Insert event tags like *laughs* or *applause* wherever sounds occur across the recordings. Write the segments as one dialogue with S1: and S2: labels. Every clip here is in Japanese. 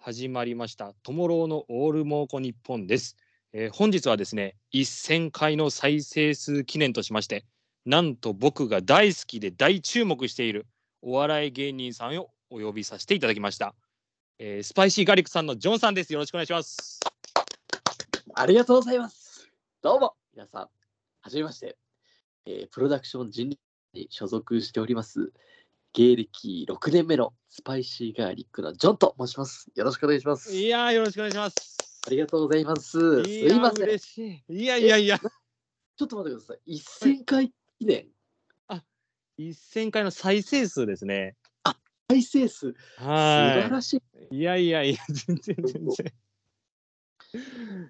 S1: 始まりました「トモローのオールモーコ日本」です、えー本日はですね1000回の再生数記念としましてなんと僕が大好きで大注目しているお笑い芸人さんをお呼びさせていただきました、えースパイシーガリックさんのジョンさんですよろしくお願いします
S2: ありがとうございます。どうも、皆さん、はじめまして、えープロダクション人力に所属しております、芸歴6年目のスパイシーガーリックのジョンと申します。よろしくお願いします。
S1: いやーよろしくお願いします
S2: ありがとうございます。す
S1: や
S2: いません。ち
S1: 嬉しいいやいやいや
S2: ょっと待ってください。1000回記念、
S1: 1000回の再生数ですね
S2: 再生数、素晴
S1: は
S2: らしい。
S1: いいやいやいや全然全然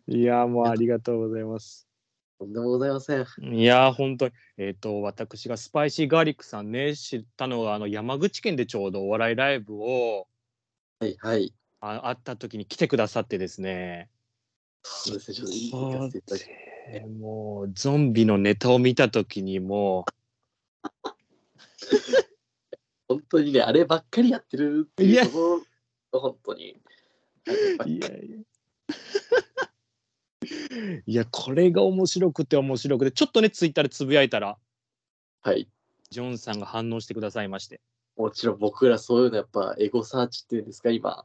S1: いやもうありがとうございます
S2: とんでもございません。
S1: いやー本当に、えっと私がスパイシーガーリックさんね知ったのはあの山口県でちょうどお笑いライブを
S2: はいはい。
S1: あ会った時に来てくださってですね
S2: そうですね、ちょっといい行かせていただき
S1: えーもうゾンビのネタを見た時にも
S2: 本当にね、あればっかりやってるって
S1: い
S2: い
S1: や
S2: うところ、本当に。あれ
S1: う
S2: ばっかり
S1: いやいやいやこれが面白くて面白くてちょっとねツイッターでつぶやいたら
S2: はい。
S1: ジョンさんが反応してくださいまして
S2: もちろん僕らそういうのやっぱエゴサーチっていうんですか今あ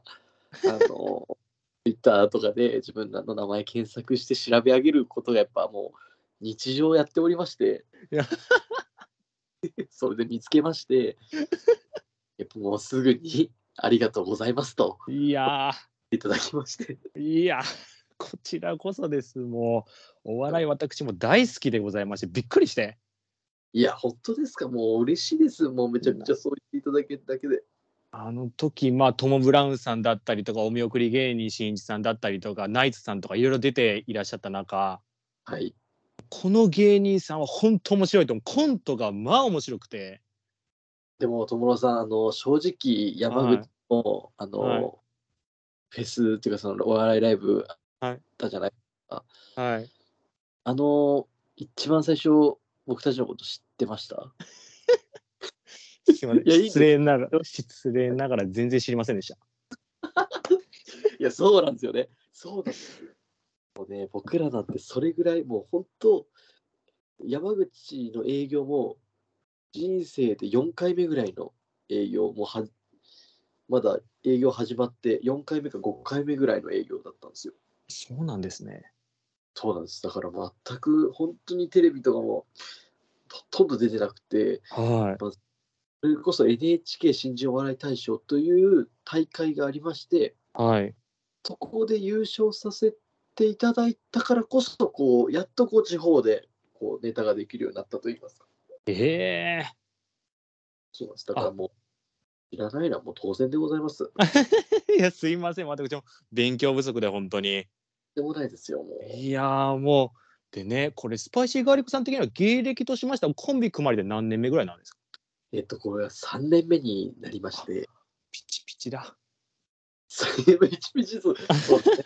S2: の
S1: *laughs*
S2: Twitter とかで自分らの名前検索して調べ上げることがやっぱもう日常やっておりまして
S1: いや
S2: *laughs* それで見つけましてやっぱもうすぐに「ありがとうございます」と
S1: いや
S2: いただきまして
S1: ーいや *laughs* こちらこそですもうお笑い私も大好きでございましてびっくりして。
S2: いや本当ですかもう嬉しいですもうめちゃくちゃそう言っていただけるだけで
S1: あの時まあトム・ブラウンさんだったりとかお見送り芸人しんいちさんだったりとかナイツさんとかいろいろ出ていらっしゃった中
S2: はい
S1: この芸人さんは本当面白いと思うコントがまあ面白くて
S2: でも友野さんあの正直山口もあの、
S1: はい
S2: フェスっていうかそのお笑いライブ
S1: はい
S2: あったじゃない、
S1: はい
S2: あの一番最初僕たちのこと知ってました
S1: *laughs* すいません
S2: いやいい
S1: 失礼ながら失礼ながら全然知りませんでした
S2: いやそうなんですよねそうなんですよもうね *laughs* 僕らなんてそれぐらいもう本当山口の営業も人生で4回目ぐらいの営業もはまだ営業始まって4回目か5回目ぐらいの営業だったんですよ
S1: そうなんですね
S2: そうなんです。だから全く本当にテレビとかもほとんど出てなくて、
S1: は
S2: それこそ NHK 新人お笑い大賞という大会がありまして、
S1: いはい
S2: そこで優勝させていただいたからこそ、こうやっとこう地方でこうネタができるようになったといいますか。
S1: ええ
S2: そうなんです。だからもう、知らないのはもう当然でございます。
S1: *laughs* いやすいません私も勉強不足で本当に
S2: でもないですよ、もう。
S1: いやーもうでねこれスパイシーガーリックさん的には芸歴としましてはコンビ組まれて何年目ぐらいなんですか
S2: えっと、これは3年目になりまして、
S1: ピチピチだ
S2: そういえばピチピチそう。そうですね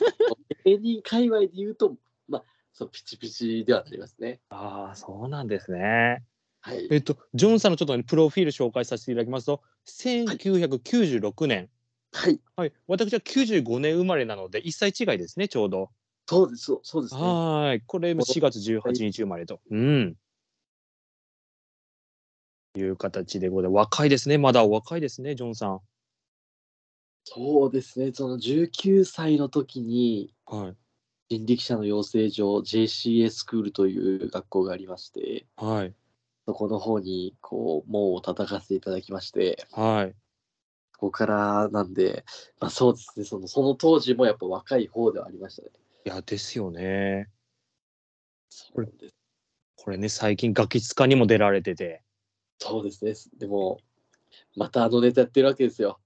S2: 芸人界隈で言うと、まあ、そうピチピチではなりますね。
S1: ああ、そうなんですね。
S2: はい。
S1: えっと、ジョンさんのちょっとね、プロフィール紹介させていただきますと、1996年、
S2: はい。
S1: はい、私は95年生まれなので、1歳違いですね、ちょうど。
S2: そうです。そうそうですね。
S1: はーい、これ4月18日生まれと。うん。いう形でございます。若いですね、まだお若いですね、ジョンさん。
S2: そうですね。その19歳の時に、
S1: はい。
S2: 人力車の養成所 JCA スクールという学校がありまして、
S1: はい。
S2: そこの方に、こう、門を叩かせていただきまして、
S1: はい。
S2: そこからなんで、まあそうですね。その、その当時もやっぱ若い方ではありましたね。
S1: いや、ですよね。
S2: そうなんです。
S1: これね、最近、ガキツカにも出られてて。
S2: そうですね。でも、またあのネタやってるわけです *laughs* よ。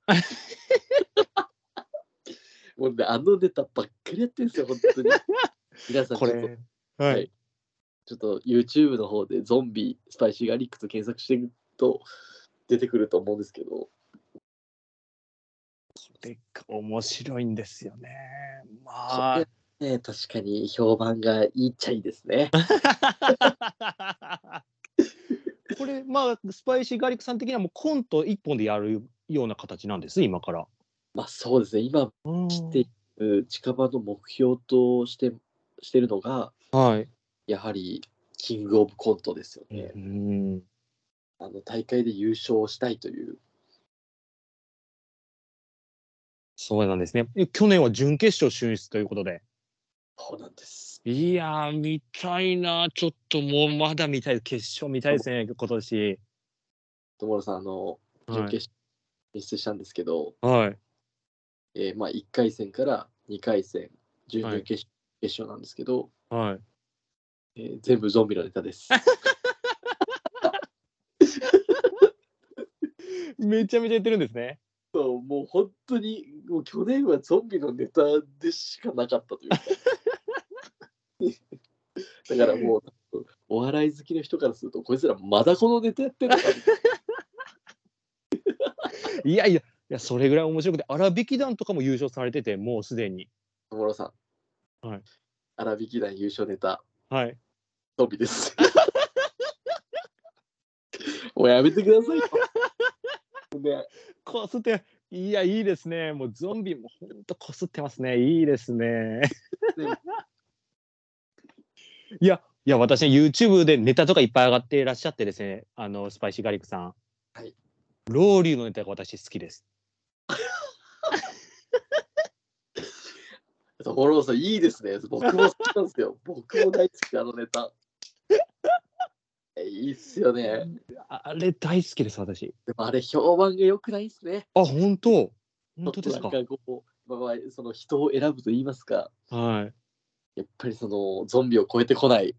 S2: もうね、あのネタばっかりやってるんですよ、本当に。皆さんち
S1: こ
S2: ょっと、
S1: れ、はい。
S2: ちょっと YouTube の方でゾンビ、スパイシーガーリックと検索してると出てくると思うんですけど、
S1: で面白いんですよね。まあ、
S2: ね、確かに評判がいいっちゃいいですね。
S1: *laughs* これまあスパイシーガーリックさん的にはもうコント一本でやるような形なんです今から。
S2: まあそうですね、今している近場の目標としてしてるのが、
S1: はい。
S2: やはりキングオブコントですよね。
S1: うん。
S2: あの大会で優勝したいという。
S1: そうなんですね。え去年は準決勝進出ということで。
S2: そうなんです。
S1: いやー、見たいな。ちょっともうまだ見たい。決勝見たいですね、今年。
S2: 友野さん、あの、準決勝に出したんですけど、
S1: はい。
S2: えーまあ、1回戦から2回戦、準
S1: は
S2: 々
S1: い
S2: 決,、決勝なんですけど、
S1: はい。
S2: えー全部ゾンビのネ
S1: *laughs*
S2: タです。
S1: めちゃめちゃやってるんですね。
S2: そうもう本当にもう去年はゾンビのネタでしかなかったと
S1: *laughs*
S2: いうかだからもうお笑い好きの人からするとこいつらまだこのネタやってるのかみたい
S1: いやいや、いやそれぐらい面白くて、荒引き団とかも優勝されてて、もうすでに。
S2: な野村さん、
S1: はい、
S2: 荒引き団優勝ネタ
S1: はい。
S2: ゾンビです *laughs* もうやめてくださいよね
S1: こすって、いや、いいですね。もうゾンビもほんとこすってますね。いいですね。いや、いや、私、ね、YouTube でネタとかいっぱい上がっていらっしゃってですね、あの、スパイシーガリックさん。
S2: はい。
S1: ロウリュウのネタが私好きです。
S2: 所さんいいですね僕も好きなんですよ *laughs* 僕も大好きあのネタえいいっすよね
S1: ああれ大好きです、私。
S2: でもあれ評判が良くないですね。
S1: あ、本当本当ですか
S2: ちょっとなんかこう、まあまあ、その人を選ぶと言いますか、
S1: はい。
S2: やっぱりそのゾンビを超えて
S1: *laughs*
S2: こない。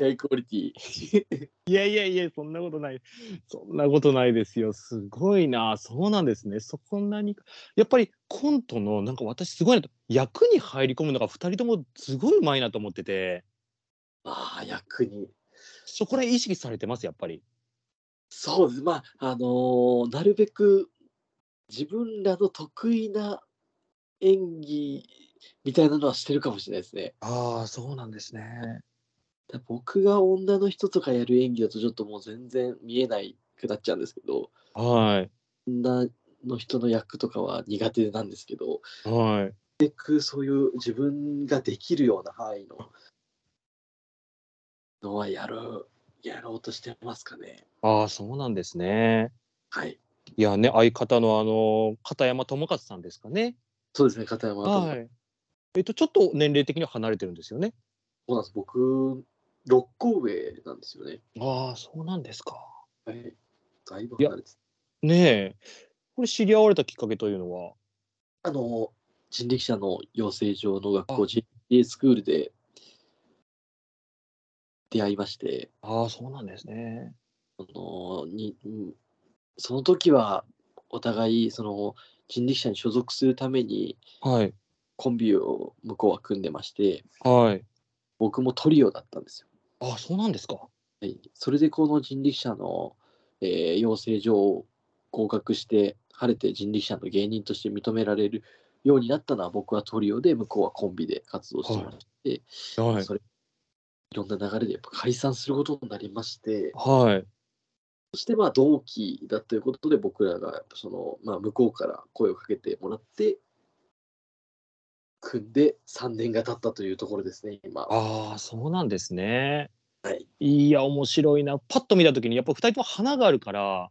S2: ハイクオリティ。
S1: いやいやいや、そんなことない。そんなことないですよ。すごいな。そうなんですね。そこなにか。やっぱりコントの、なんか私すごいなと。役に入り込むのが二人ともすごいうまいなと思ってて、
S2: ああ、役に。
S1: そこら辺意識されてます、やっぱり。
S2: そうです。まあ、あのーなるべく自分らの得意な演技みたいなのはしてるかもしれないですね。
S1: ああ、そうなんですね。
S2: だ僕が女の人とかやる演技だとちょっともう全然見えないくなっちゃうんですけど、
S1: は
S2: 女の人の役とかは苦手なんですけど、
S1: い。はい。
S2: なるべくそういう自分ができるような範囲ののはやるやろうとしてますかね。
S1: ああ、そうなんですね。
S2: はい。
S1: いやね、相方のあの、片山友和さんですかね。
S2: そうですね、片山は。
S1: はい。えっと、ちょっと年齢的には離れてるんですよね。
S2: そうなんです。僕、六個上なんですよね。
S1: ああ、そうなんですか。
S2: はい。だいぶ離れて
S1: ねえ。これ知り合われたきっかけというのは。
S2: あの、人力車の養成所の学校、JA スクールで出会いまして、
S1: ああ、そうなんですね。
S2: そのにうんその時はお互いその人力車に所属するために、
S1: はい。
S2: コンビを向こうは組んでまして
S1: はい。
S2: 僕もトリオだったんですよ。
S1: ああ、そうなんですか。
S2: はい、それでこの人力車の、えー養成所を合格して晴れて人力車の芸人として認められるようになったのは僕はトリオで向こうはコンビで活動してまして、
S1: はい。
S2: それいろんな流れでやっぱ解散することになりまして
S1: はい。
S2: そしてまあ同期だということで僕らがやっぱその、まあ、向こうから声をかけてもらって組んで3年が経ったというところですね今。
S1: ああ、そうなんですね。
S2: はい。
S1: いや、面白いな。パッと見たときに、やっぱ二人とも花があるから、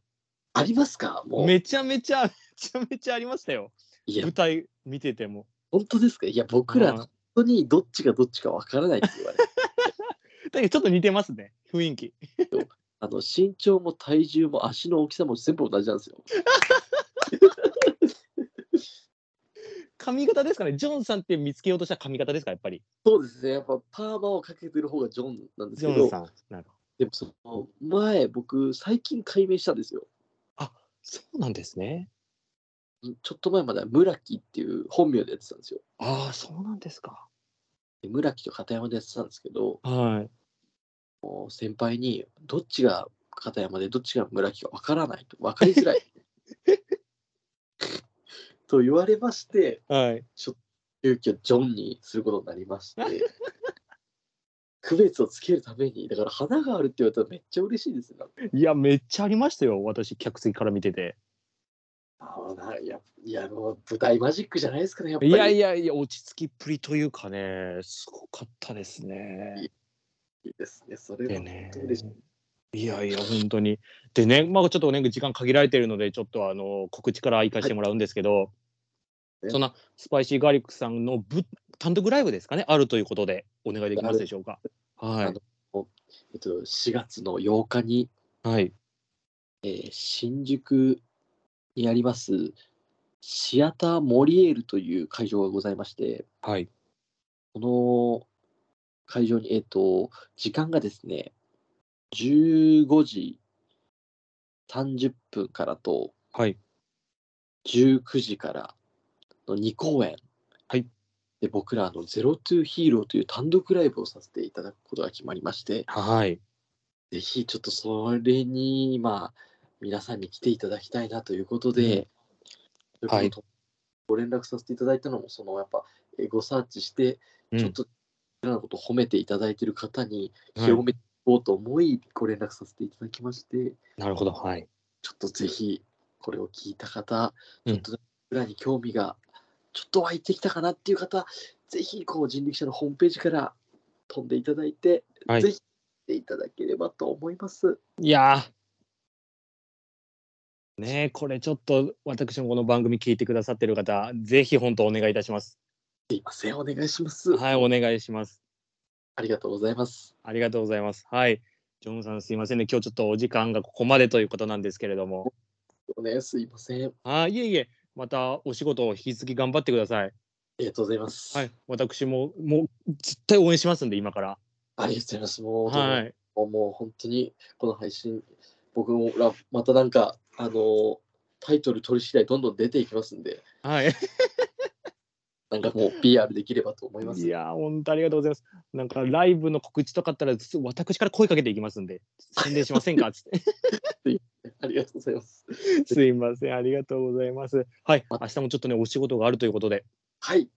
S2: ありますかもう。
S1: めちゃめちゃ、 *laughs* めちゃめちゃありましたよ。
S2: いや
S1: 舞、台見てても。
S2: 本当ですかいや、僕ら、
S1: はい
S2: 本当にどっちがどっちかわからないって言わ
S1: *laughs*
S2: れて。
S1: だけどちょっと似てますね、雰囲気。
S2: あの、身長も体重も足の大きさも全部同じなんですよ。
S1: 髪型ですかね、ジョンさんって見つけようとした髪型ですか、やっぱり。
S2: そうですね。やっぱパーマをかけてる方がジョンなんです
S1: ジ
S2: け
S1: ョン
S2: ど、
S1: さん。なるほど
S2: でもその前、僕、最近解明したんですよ。
S1: そうなんですね。
S2: ちょっと前までは村木っていう本名でやってたんですよ。
S1: ああ、そうなんですか。
S2: で村木と片山でやってたんですけど、
S1: はい。
S2: もう先輩にどっちが片山でどっちが村木かわからないと、わかりづ
S1: *laughs*
S2: らい。と言われまして、
S1: はい。
S2: 急遽ジョンにすることになりま
S1: *laughs*
S2: して区別をつけるためにだから花があるって言われたらめっちゃ嬉しいですよ
S1: いや、めっちゃありましたよ、私、客席から見てて。
S2: ああないやいやもう舞台マジックじゃないですかねやっぱ
S1: い
S2: り
S1: やいやいや、落ち着きっぷりというかね、すごかったですね。
S2: いいですねそれ
S1: で
S2: は
S1: ね
S2: 本当嬉しい、
S1: いやいや、本当に。でね、まあ、ちょっとね、時間限られてるので、ちょっとあの告知から行かしてもらうんですけど、
S2: い
S1: そんなスパイシーガーリックさんのぶ単独ライブですかね、あるということで、お願いできますでしょうか。は
S2: あえっと、4月の8日に、
S1: い。はい。
S2: えー新宿にありますシアターモリエールという会場がございまして
S1: はい。
S2: この会場に、えっと、時間がですね、15時30分からと
S1: はい。
S2: 19時からの2公演。
S1: はい
S2: で、僕らあの、ゼロトゥーヒーローという単独ライブをさせていただくことが決まりまして、
S1: はい。
S2: ぜひちょっとそれに、まあ、皆さんに来ていただきたいなということで、
S1: はい
S2: とうことご連絡させていただいたのも、そのやっぱ、えーごサーチして、
S1: うん
S2: ちょっと、僕らのことを褒めていただいている方に、
S1: はい
S2: 広めていこうと思い、ご連絡させていただきまして、
S1: なるほど。はい。
S2: ちょっとぜひ、これを聞いた方、
S1: う
S2: ち
S1: ん
S2: ょっとね、僕らに興味がちょっと湧いてきたかなっていう方、ぜひ、こう、人力車のホームページから飛んでいただいて、
S1: はい
S2: ぜひ、来ていただければと思います。
S1: いやーねえこれちょっと私のこの番組聞いてくださってる方、ぜひ本当お願いいたします。
S2: すいません、お願いします。
S1: はい、お願いします。
S2: ありがとうございます。
S1: ありがとうございます。はい。ジョンさんすいませんね。今日ちょっとお時間がここまでということなんですけれども。
S2: ね、すいません。あ
S1: あいえいえ、またお仕事を引き続き頑張ってください。
S2: りがとうございます。
S1: はい。私も、もう絶対応援しますんで、今から。
S2: ありがとうございます。もう、
S1: はい。
S2: もう本当にこの配信、僕もらまたなんか、あのタイトル取り次第どんどん出ていきますんで、
S1: はい。
S2: なんかもう PR できればと思います。
S1: いやー、本当ありがとうございます。なんかライブの告知とかあったら、す私から声かけていきますんで、宣伝しませんかつって。
S2: ありがとうございます。
S1: *laughs* すいません。ありがとうございます。はい。明日もちょっとね、お仕事があるということで、
S2: はい、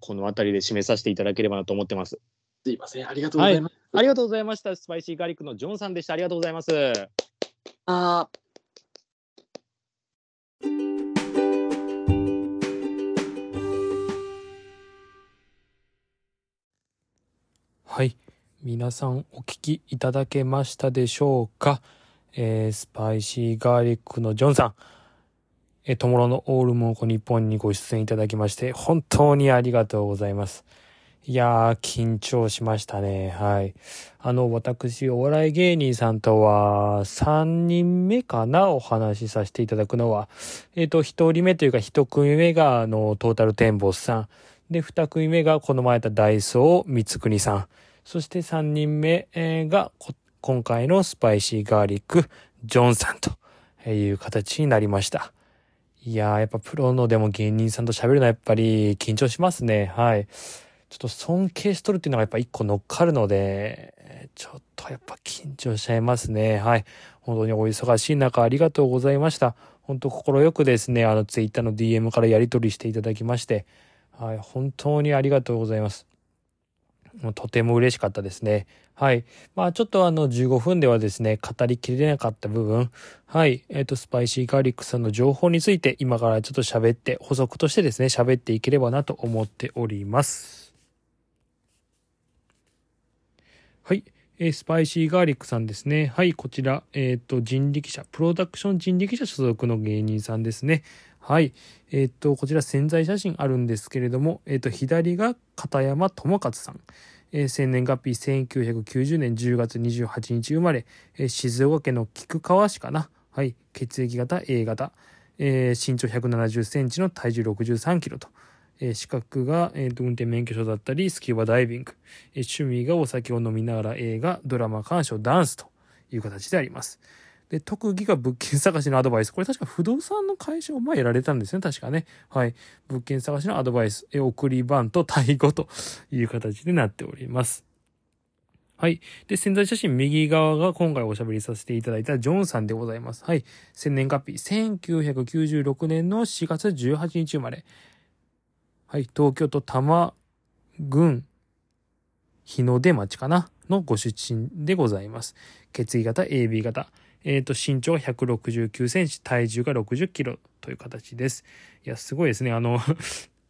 S1: この辺りで締めさせていただければなと思ってます。
S2: すいません。ありがとうございます。
S1: ありがとうございました。スパイシーガーリックのジョンさんでした。ありがとうございます。
S2: あー
S3: はい皆さんお聞きいただけましたでしょうか、えースパイシーガーリックのジョンさんえートモロのオールモーコ日本にご出演いただきまして本当にありがとうございますいやー緊張しましたねはいあの私お笑い芸人さんとは3人目かなお話しさせていただくのはえっ、と1人目というか1組目があのトータルテンボスさんで2組目がこの前やったダイソー光国さんそして3人目えーがこ今回のスパイシーガーリック、ジョンさんとえーいう形になりました。いやー、やっぱプロのでも芸人さんと喋るのはやっぱり緊張しますね。はい。ちょっと尊敬しとるっていうのがやっぱ一個乗っかるので、えーちょっとやっぱ緊張しちゃいますね。はい。本当にお忙しい中ありがとうございました。本当心よくですね、あのツイッターの DM からやり取りしていただきまして、はい。本当にありがとうございます。もうとても嬉しかったですね。はい。まあちょっとあの15分ではですね、語りきれなかった部分、はい。えっ、と、スパイシーガーリックさんの情報について、今からちょっと喋って、補足としてですね、喋っていければなと思っております。はい。えースパイシーガーリックさんですね。はい、こちら、えっ、と、人力車、プロダクション人力車所属の芸人さんですね。はい。えっ、と、こちら潜在写真あるんですけれども、えっ、と、左が片山智和さん。えー生年月日1990年10月28日生まれ、えー静岡県の菊川市かな、はい、血液型 A 型、えー身長1 7 0センチの体重6 3キロと、えー資格が、えーと運転免許証だったりスキューバダイビング、えー趣味がお酒を飲みながら映画ドラマ鑑賞ダンスという形でありますで特技が物件探しのアドバイスこれ確か不動産の会社を前やられたんですね確かねはい物件探しのアドバイス、えー送りバンとタイ語という形になっております。はい。で、潜在写真右側が今回おしゃべりさせていただいたジョンさんでございます。はい。千年月日、1996年の4月18日生まれ。はい。東京都多摩郡日の出町かなのご出身でございます。血液型 AB 型。ええー、と身長が169センチ、体重が60キロという形です。いや、すごいですね。あの、 *laughs*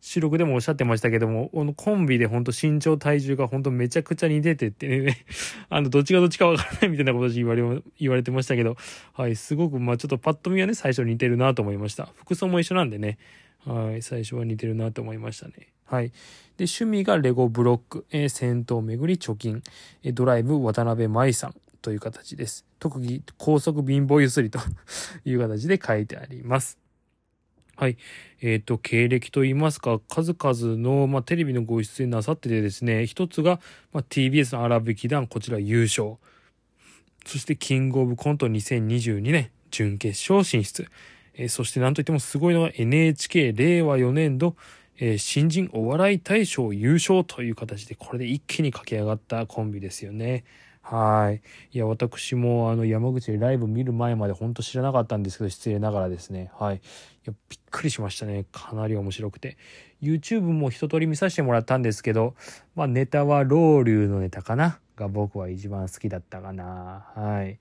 S3: 収録でもおっしゃってましたけども、このコンビで本当身長体重が本当めちゃくちゃ似ててってね、 *laughs* あの、どっちがどっちかわからないみたいなこと言われ、言われてましたけど、はい、すごく、まあちょっとパッと見はね、最初似てるなと思いました。服装も一緒なんでね、はい、最初は似てるなと思いましたね。はい。で、趣味がレゴブロック、えー戦闘巡り貯金、えードライブ渡辺舞さんという形です。特技、高速貧乏ゆすりという形で書いてあります。はい。えっ、と、経歴といいますか、数々の、まあ、テレビのご出演なさっててですね、一つが、まあ、TBS の荒引き団、こちら優勝。そして、キングオブコント2022年、準決勝進出。えーそして、なんといってもすごいのが NHK 令和4年度、えー新人お笑い大賞優勝という形で、これで一気に駆け上がったコンビですよね。はい。いや、私も、あの、山口でライブ見る前まで本当知らなかったんですけど、失礼ながらですね。はい。いや、びっくりしましたね。かなり面白くて。YouTube も一通り見させてもらったんですけど、まあ、ネタはロウリュウのネタかなが僕は一番好きだったかな。はい。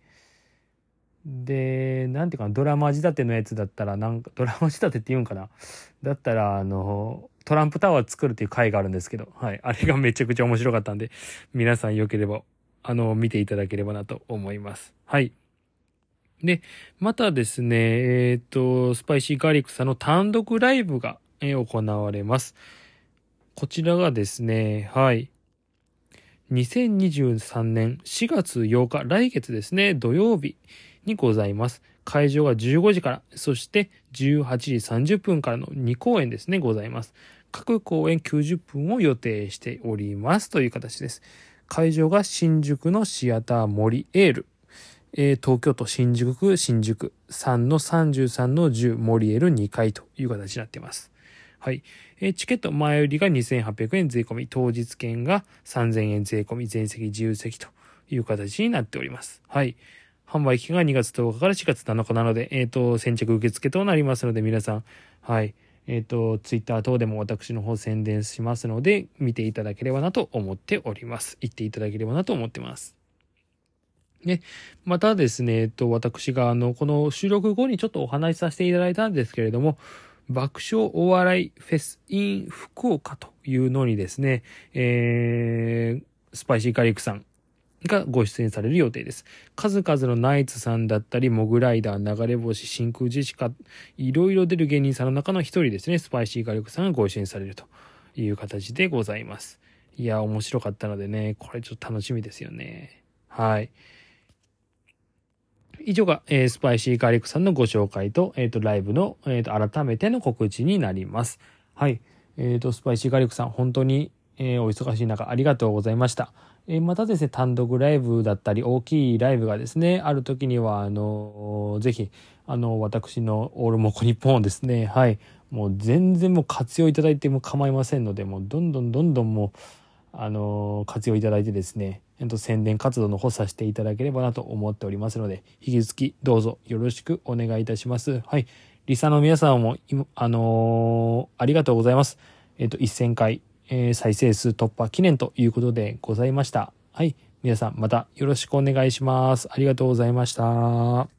S3: で、なんていうかな、ドラマ仕立てのやつだったら、なんか、ドラマ仕立てって言うんかなだったら、あの、トランプタワー作るっていう回があるんですけど、はい。あれがめちゃくちゃ面白かったんで、皆さん良ければ、あの、見ていただければなと思います。はい。で、またですね、えっ、と、スパイシーガーリックさんの単独ライブが、えー行われます。こちらがですね、はい。2023年4月8日、来月ですね、土曜日にございます。会場が15時から、そして18時30分からの2公演ですね、ございます。各公演90分を予定しておりますという形です。会場が新宿のシアター森エール。えー東京都新宿区新宿3の33の10森エール2階という形になっています。はい。えーチケット前売りが2800円税込み、当日券が3000円税込み、全席自由席という形になっております。はい。販売期間が2月10日から4月7日なので、えっ、と、先着受付となりますので、皆さん、はい。えっ、と、ツイッター等でも私の方宣伝しますので、見ていただければなと思っております。行っていただければなと思ってます。ね、またですね、えっと、私が、あの、この収録後にちょっとお話しさせていただいたんですけれども、爆笑お笑いフェス in 福岡というのにですね、えー、スパイシーカリックさんがご出演される予定です。数々のナイツさんだったり、モグライダー、流れ星、真空ジェシカ、いろいろ出る芸人さんの中の一人ですね、スパイシーカリックさんがご出演されるという形でございます。いや、面白かったのでね、これちょっと楽しみですよね。はい。以上が、えースパイシーガーリックさんのご紹介と、えっ、と、ライブの、えっ、と、改めての告知になります。はい。えっ、と、スパイシーガーリックさん、本当に、えーお忙しい中、ありがとうございました。えーまたですね、単独ライブだったり、大きいライブがですね、ある時には、あのーぜひ、あのー私のオールモコニッポンをですね、はい。もう全然もう活用いただいても構いませんので、もうどんどんどんどんもう、あの活用いただいてですね、えっと、宣伝活動の方させていただければなと思っておりますので、引き続きどうぞよろしくお願いいたします。はい。リサの皆さんも、今あのーありがとうございます。えっと、1000回、えー再生数突破記念ということでございました。はい。皆さんまたよろしくお願いします。ありがとうございました。